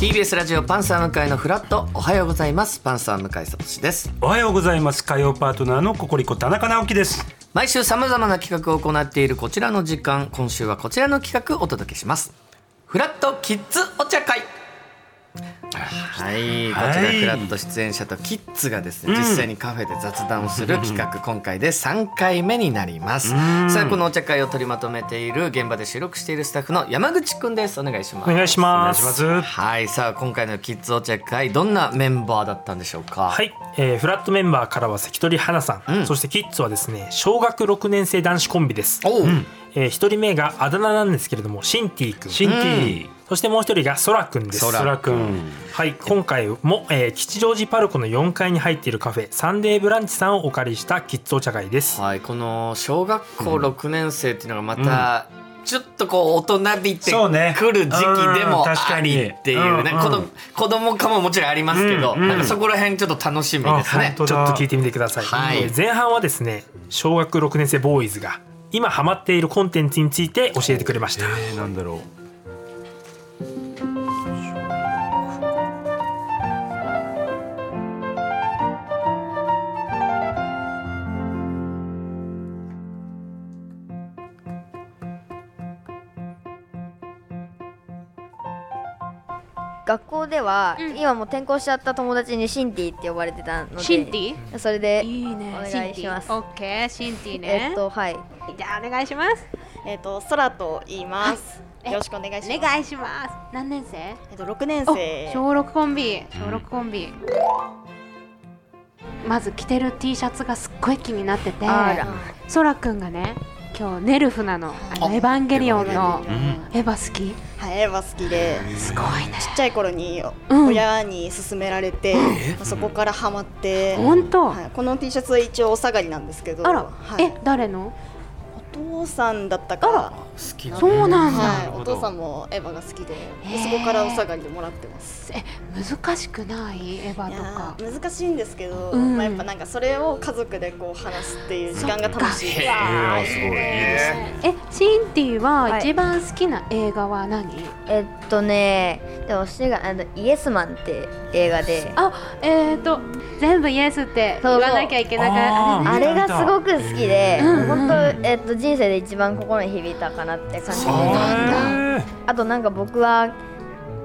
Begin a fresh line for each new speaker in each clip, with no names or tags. TBS ラジオパンサー向井のフラットおはようございますパンサー向井聡です
おはようございます火曜パートナーのココリコ田中直樹です
毎週さまざまな企画を行っているこちらの時間今週はこちらの企画をお届けしますフラットキッズお茶会はい、こちらフラット出演者とキッズがですね、
うん
実際にカフェで雑談をす る企画、今回で3回目になります、さあこのお茶会を取りまとめている現場で収録しているスタッフの山口くんですお願いします
お願いしますお願いします
はいさあ今回のキッズお茶会どんなメンバーだったんでしょうか
はい、えー、フラットメンバーからは関取花さん、
うん
そしてキッズはですね小学6年生男子コンビです
おう
うんえー、一人目があだ名なんですけれどもシンティくん
シンティ、
そしてもう一人がソラくんです
ソラ
ソラ
くん
はい今回も、えー、吉祥寺パルコの4階に入っているカフェサンデーブランチさんをお借りしたキッズお茶会です
はい、この小学校6年生っていうのがまた、ちょっとこう大人びて
そうね
くる時期でも
うん確
あ
かに
りっていううんね、子供子供かももちろんありますけど、
うんうん
なんかそこら辺ちょっと楽しみです
あ
ね
本。当だちょっと聞いてみてください、
はい
えー前半はですね小学6年生ボーイズが今ハマっているコンテンツについて教えてくれました、
えー、なんだろう
学校では、
うん
今もう転校しちゃった友達にシンティって呼ばれてたので
シンティ
それで
いいね
お願い
シンテ
しま
ィ
す
オッケーシンティね
えっとはい
じゃあお願いします
えっ、と空と言います。よろしくお願いします。
お願いします何年生
えっ、と六年
お
生。
小6コンビ小六コンビまず着てる T シャツがすっごい気になってて
あら
そらくんがね今日ネルフなのあのエヴァンゲリオンのエヴァ好き
はい、エヴァ好きで、
すごいね
ちっちゃい頃に
うん
親に勧められて、まあそこからハマって。
本当
はい、この T シャツは一応お下がりなんですけど、
あら、
はい、
え誰の
お父さんだったか
あ
ら、
好きだ
そうなんだ、
はい、
なる
お
ほど
父さんもエヴァが好きで、
へー
そこからお下がりでもらってます。
え難しくないエヴァ
い
とか
やー難しいんですけど、
うん
まあやっぱなんかそれを家族でこう話すっていう時間が楽しいです。
えー、すごいいいですね
えシンティは
はい
一番好きな映画は何、
えっとねでも私があのイエスマンって映画であ
あえっ、ー、と全部イエスって言わなきゃいけなく
そう
な
あ
い
れがすごく好きで、
うん
本当、えっと、人生で一番心に響いたかなって感じです
そうなんだ
え
あとなんか僕は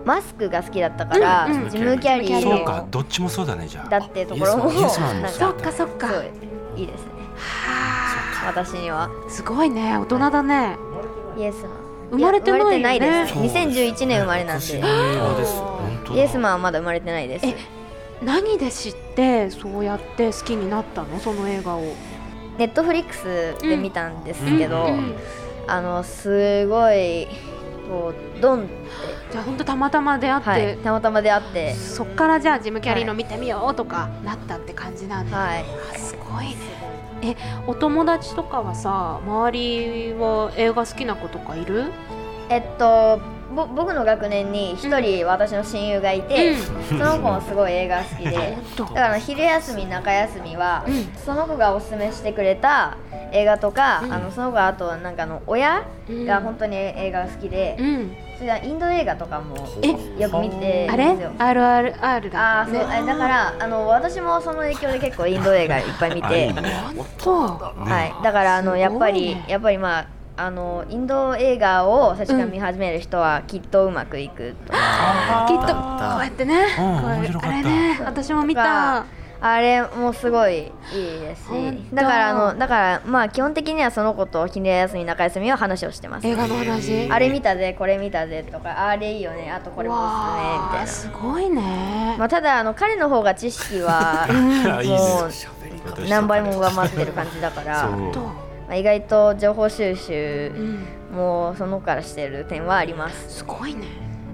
マスクが好きだったから、
うんうん
ジムキャリ
ー
あれ
そう
ー
かどっちもそうだねじゃあ
だってところも
イエスマンイエスマンも
なん
そ
そっ
うだ
かそっか
そういいですね
は
私には
あすごいね大人だね
イエスマン
生まれてないよ
や
ね
生まれてないです2011年生まれなん
私
で
の映画です本当だ
イエスマンはまだ生まれてないです
え何で知ってそうやって好きになったのその映画を
ネットフリックスで見たんですけど、
うん
あのすごいこうドン、
じゃあほんとたまたま出会って、
はい、たまたま出会って
そっからじゃあジムキャリーの見てみようとかなったって感じなんだ、
はい
あすごいねえお友達とかはさ周りは映画好きな子とかいる
えっとぼ僕の学年に一人私の親友がいて、その子もすごい映画好きでだからあの昼休み中休みは、
うん
その子がおすすめしてくれた映画とか、
うん
あのその子はあとなんかあの親
うん
が本当に映画が好きで、
うん、
それはインド映画とかも
え
よく見てる
あれ
んですよ。
RRR だ
ああ
っ
そ
た
うえだからあの私もその影響で結構インド映画いっぱい見
あいい
て、
ね
そう
はい、だからあ
すご
の
いね
やっぱり、やっぱりまああのインド映画を最初から見始める人はきっとうまくいくとか、
きっとこ
あ
うやってね、
うん
こう
面白かった
あれね私も見た
あれもすごいいいですし
本当
だからあのだからまあ基本的にはその子と昼休み中休みは話をしてます
映画の話
あれ見たぜこれ見たぜとかあれいいよねあとこれもおすすめみた
わ
い
あ
な、
すごいね、
まあ、ただあの彼の方が知識は
いいです
もう何倍も上回ってる感じだから、ま
そう
と、
あ、意外と情報収集
うん、
もうその子からしてる点はあります。
すごいね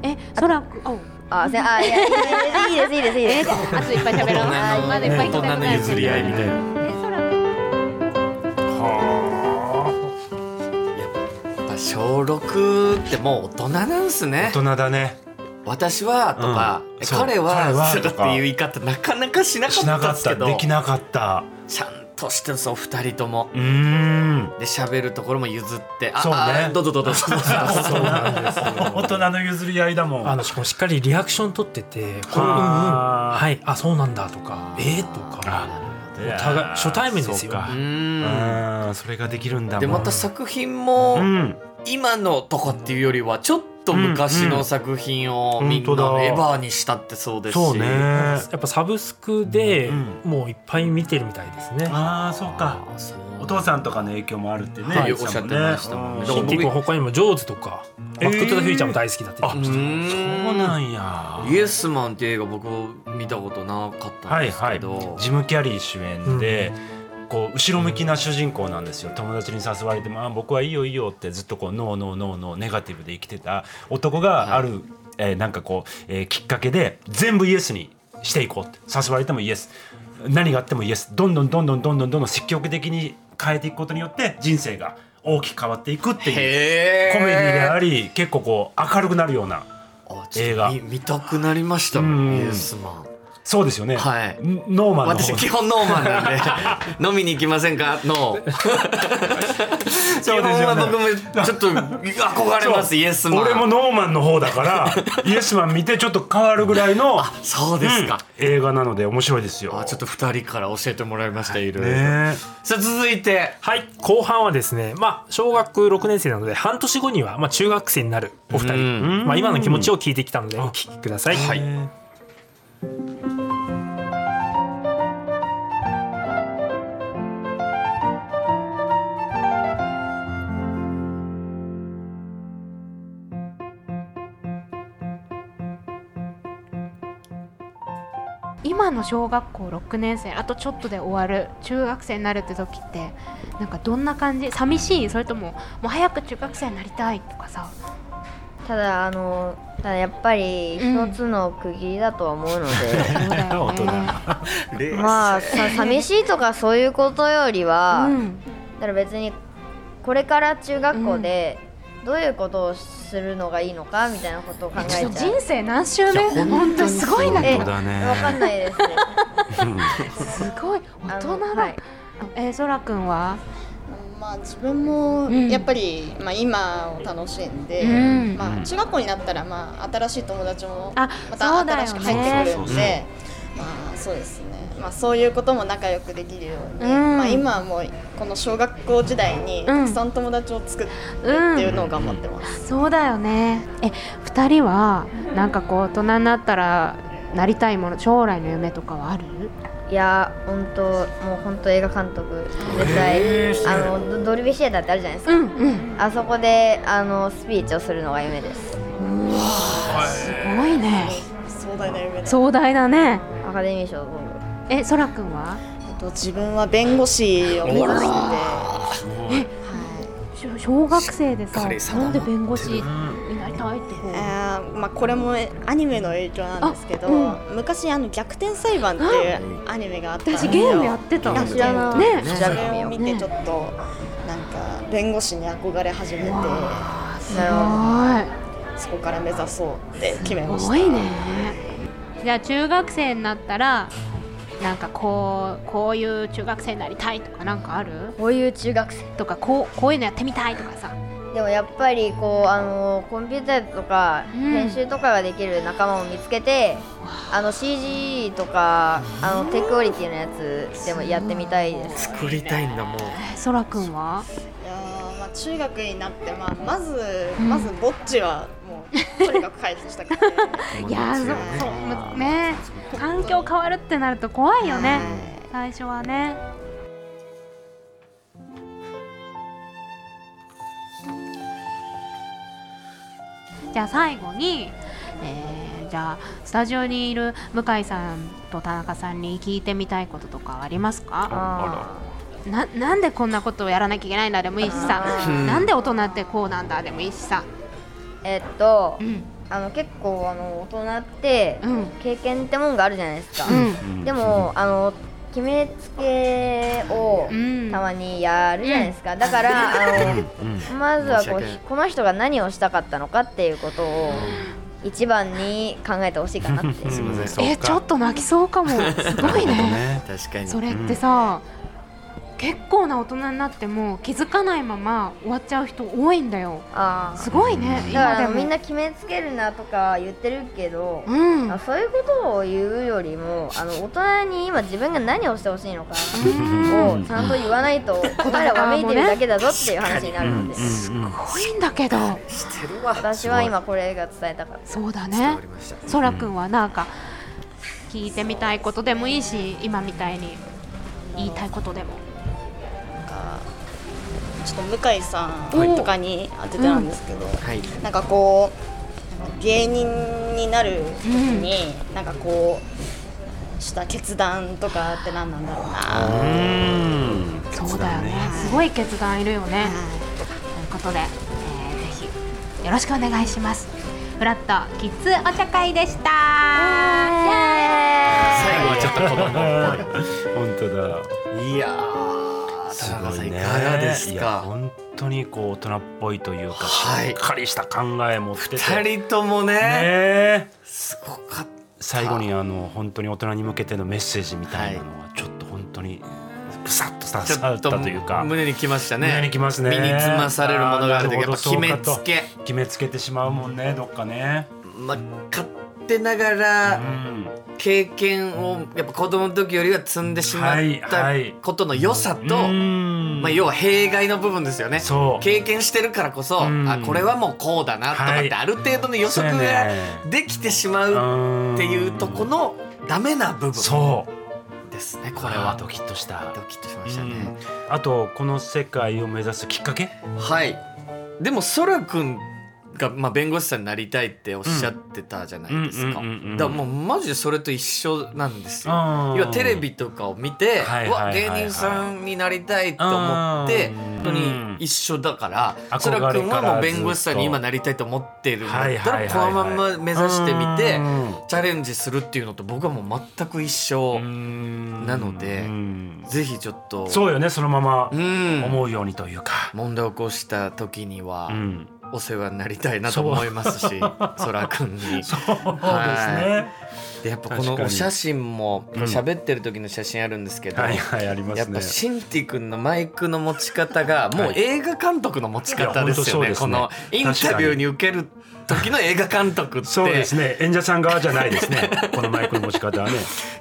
えそらくあ
あ、せあいやいやいやいいですいいですいいです。
あといっぱい喋ろうあーまだいっぱい
大人の譲り合いみたいな
やっぱ小六ってもう大人なんす
大
ね。
人だね
私はとか、
うん
え
そう
彼
彼
は
は
するっていう言い方なかなかしなか
しな
ったで
かっ
すけ
た
ど、
できなかった
ちゃん年してるんですお二人とも
うーん。
で喋るところも譲ってあ
そうね
あどうぞどうぞどうぞどうぞ
そうなんですよ
大人の譲り合いだもん
あのしかもしっかりリアクション取ってて「これうんうん
あー
はいあそうなんだ」とか「えー、とかお互い初対面ですよ
そうか
う
うんーんそれができるんだもん
でまた作品も、
うん
今のとかっていうよりはちょっと昔の作品を
うんうん
みんな
本当
の
だ
エヴァーにしたってそうですし、
そうね
やっぱサブスクで
うん
もういっぱい見てるみたいですね。
ああそうか
そう
お父さんとかの影響もあるってね、
は
言
い
てたもん
おっしゃってましたもんね
うん
だか
シ
ら
ン
僕
ティ君他にも「ジョーズ」とか「
えー
バック・トゥ・ザ・フューチャー」も大好きだって言ってまし
ん
た
そうなんや
イエスマンって映画僕見たことなかったんですけど、
ジム・キャリー主演で、こう後ろ向きな主人公なんですよ友達に誘われても「あ僕はいいよいいよ」ってずっとこう「ノーノーノーノー」ネガティブで生きてた男がある、えーなんかこう、えーきっかけで全部イエスにしていこうって誘われてもイエス何があってもイエスどんどんどんどんどんどんどん積極的に変えていくことによって人生が大きく変わっていくっていう
へ
コメディであ
り
り結構こう明るくなるような
映
映
画
画
見見たくなりましたもん
うん
イエスマン
そうですよね、
はい
んノーマンの
私基本ノーマンなんで 飲みに行きませんかノー基
そう
本
ですよ
は
ね
僕もちょっと憧れますイエスマン
俺もノーマンの方だから イエスマン見てちょっと変わるぐらいの
そうですか、
うん映画なので面白いですよ
あちょっと二人から教えてもらいましたいろいろ、
ね
さあ続いて
はい後半はですね、まあ、小学6年生なので半年後にはまあ中学生になるお二人、
うん
まあ、今の気持ちを聞いてきたのでお聞きください。
はい
今の小学校6年生あとちょっとで終わる中学生になるって時ってなんかどんな感じ寂しいそれとももう早く中学生になりたいとかさ
ただあのただやっぱり
う
一
ん
つの区切りだとは思うので、
そうだよ
大人
ね。
まあさ寂しいとかそういうことよりは、
うん
だから別にこれから中学校でどういうことをするのがいいのかみたいなことを考えち
ち
ゃ
ょ
う
っと人生何周目本当にすごいな
え
そうだね
わかんないですね
すごい
あ
大人だ、
のはい
えー、そらくんは
まあ、自分も
ん
やっぱり、まあ、今を楽しんで、
うん
まあ、中学校になったら、まあ、新しい友達も
あ
また
そうだよね
新しく入ってくるんで、まあ、そうですね、まあ、そういうことも仲良くできるように、
うん
まあ、今はもうこの小学校時代にたくさん友達を作ってっていうのを頑張ってます。
そうだよねえ二人はなんかこう大人になったらなりたいもの将来の夢とかはある
いや本当もう本当映画監督絶対、あのドドルビーシェーターってあるじゃないですか、
うんうん
あそこであのスピーチをするのが夢です
すごいね
壮大な夢だ
壮大だね
アカデミー賞を取る
えそらくんは
えっと自分は弁護士を目指してて、は
しょ小学生で
し
さ
っかり定まっ
なん
て
で
る
弁護士になりたいって
いえーまあ、これもえアニメの影響なんですけど、
あ
昔あの逆転裁判っていうアニメがあったんで
私
すよ
ゲームやってた
ゲーム
ね
知らな
ね
調
そ
べてみ
れ
よ
を
う
見てちょっとなんか弁護士に憧れ始めて
す
なるほど
そこから目指そうって決め
ごい
まし
す
た
ごいねじゃあ中学生になったらなんかこうこういう中学生になりたいとかなんかある
こういう中学生
とかこうこういうのやってみたいとかさ
でもやっぱりこうあのコンピューターとか
うん
編集とかができる仲間を見つけて、あの CG とかあのテクオリティのやつでもやってみたいです。
作りたいんだもう
えそらくんはい
やーまあ、中学になって、まあ、まず、
うん
まずぼっちはもうとにかく解説したくて
いやーそうそうむねえ環境変わるってなると怖いよね最初はねじゃあ最後に、えーじゃあスタジオにいる向井さんと田中さんに聞いてみたいこととかありますか
あ
ななんでこんなことをやらなきゃいけないんだでもいいしさ
うん
なんで大人ってこうなんだでもいいしさ
ーえっと
うん
あの結構あの大人って
うん
経験ってもんがあるじゃないですか。
うん
でもあの決めつけを
うん
たまにやるじゃないですか。だからあのまずは
申
こ
し訳ないう
この人が何をしたかったのかっていうことを一番に考えてほしいかなって。
すいません
えちょっと泣きそうかもすごいね
確かに
それってさ、結構な大人になっても気づかないまま終わっちゃう人多いんだよ
あ
すごいね
ーだ
今
か
で
ら
も
みんな決めつけるなとか言ってるけど、
うん
あそういうことを言うよりもあの大人に今自分が何をしてほしいのか
うん
をちゃんと言わないと答えはわめいてるだけだぞっていう話になるので、
濃いんだけど
してるわ
私は今これが伝えたかった
そうだ
伝
ね
わりました
そらくんはなんか聞いてみたいことでもいいし今みたいに言いたいことでも
ちょっと向井さんとかに当ててなんですけど、
はい
なんかこう芸人になる時に、なんかこうした決断とかって何なんだろうな
そうだよねすごい決断いるよね、ということで、えーぜひよろしくお願いしますフラットキッズお茶会でし
最
た
後はちょっと子供っぽい
本当だ
いやー、
す
田中さ
ご
ん
い
いか
ね
がです
いや
か。
本当にこう大人っぽいというか、
はい
しっかりした考え持ってて
二人ともね、
ね
すごかった。
最後にあの本当に大人に向けてのメッセージみたいなのはちょっと本当にブサッと刺
ち
さ
ょ
っ
っと
たというか
胸にきましたね。
胸にきますね
身につまされるものがあると
あー
やっぱ決め
なるほど
つけ、
決めつけてしまうもんねどっかね
まあ勝手なが
う
ら
ん
経験をやっぱ子供の時よりは積んでしまっ
はい
た
はい
ことの良さと、
うん
まあ要は弊害の部分ですよね。
そう
経験してるからこそ、
うん
あこれはもうこうだなとかっ
は
て
い
ある程度の予測
そうや
が
ね
できてしまうっていうとこのダメな部分
そう
ですねこ
こ
れ
れ
は
は
ド
ド
キ
キッとした
ッとしましたね、
あとこの世界を目指すきっかけ
はいでもそらくんが、まあ、弁護士さんになりたいっておっしゃってたじゃないですか、
うんうんうんうん
だからもうマジでそれと一緒なんですよ
あー
要はテレビとかを見て、
はいはいはいう
わ芸人さんになりたいと思って
うん
本当に一緒だから
うん
そらくんはもう
憧れからずっと
弁護士さんに今なりたいと思ってるんだ
は
っ
い
た
はいはい
ら
はい
このまま目指してみて
うん
チャレンジするっていうのと僕はもう全く一緒な
な
のでぜひちょっと
そうよねそのまま
うん
思うようにというか、
問題を起こした時には
うん
お世話になりたいなと思いますし、そらくんに。
そうですね、
でやっぱこの
確かに
お写真もこれ
うん
喋ってる時の写真あるんですけど、
はいはいありま
や
す
っぱ
ね
シンティ君のマイクの持ち方がもう
はい
映画監督の持ち方ですよね,、
いや
こ
本当
のインタビューに受ける時の映画監督って
そうですね演者さん側じゃないですねこのマイクの持ち方はね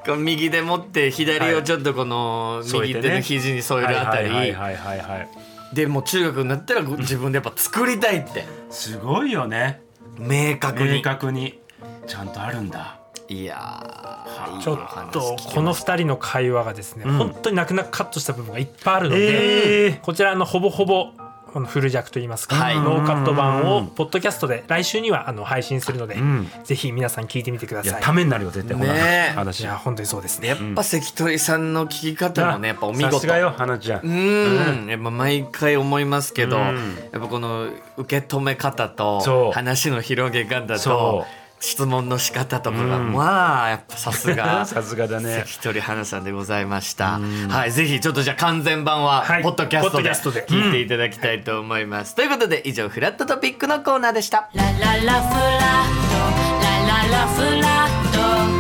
こう右で持って左をちょっとこの
添
右
えてね
手の肘に添えるあた
はい
り
はいはいはいはい
でもう中学になったらご自分でやっぱ作りたいって
すごいよね
明確
明
に
確にちゃんとあるんだ
いやーいい
ちょ
お
っ
話
と
聞きました
この2人の会話がですね、
ん
本当に泣く泣くカットした部分がいっぱいあるので、
えー
こちらのほぼほぼこのフル弱といいますか、
はい
ノーカット版
うん
をポッドキャストで来週にはあの配信するので、
うん
ぜひ皆さん聞いてみてくだ
いや
さい。
ためになるよ絶対この
ねえ
い
話
や
は
本当にそうです
でや
ね
っ。ぱ関取さんの聞き方もねやっぱお見事
さすがよ花ちゃん、
うーん、やっぱ毎回思いますけど、
うん
やっぱこの受け止め方と
そう
話の広げ方と
そ
質問の仕方とかが、
うん
まあやっぱさすが
さすがだね
関取花さんでございました、はいぜひちょっとじゃあ完全版は
はい
ポッドキャス
ポッドキャ
ト
スト
で
で
聞いていただきたいと思います、ということで以上フラットトピックのコーナーでした
ラララフラットラララフラット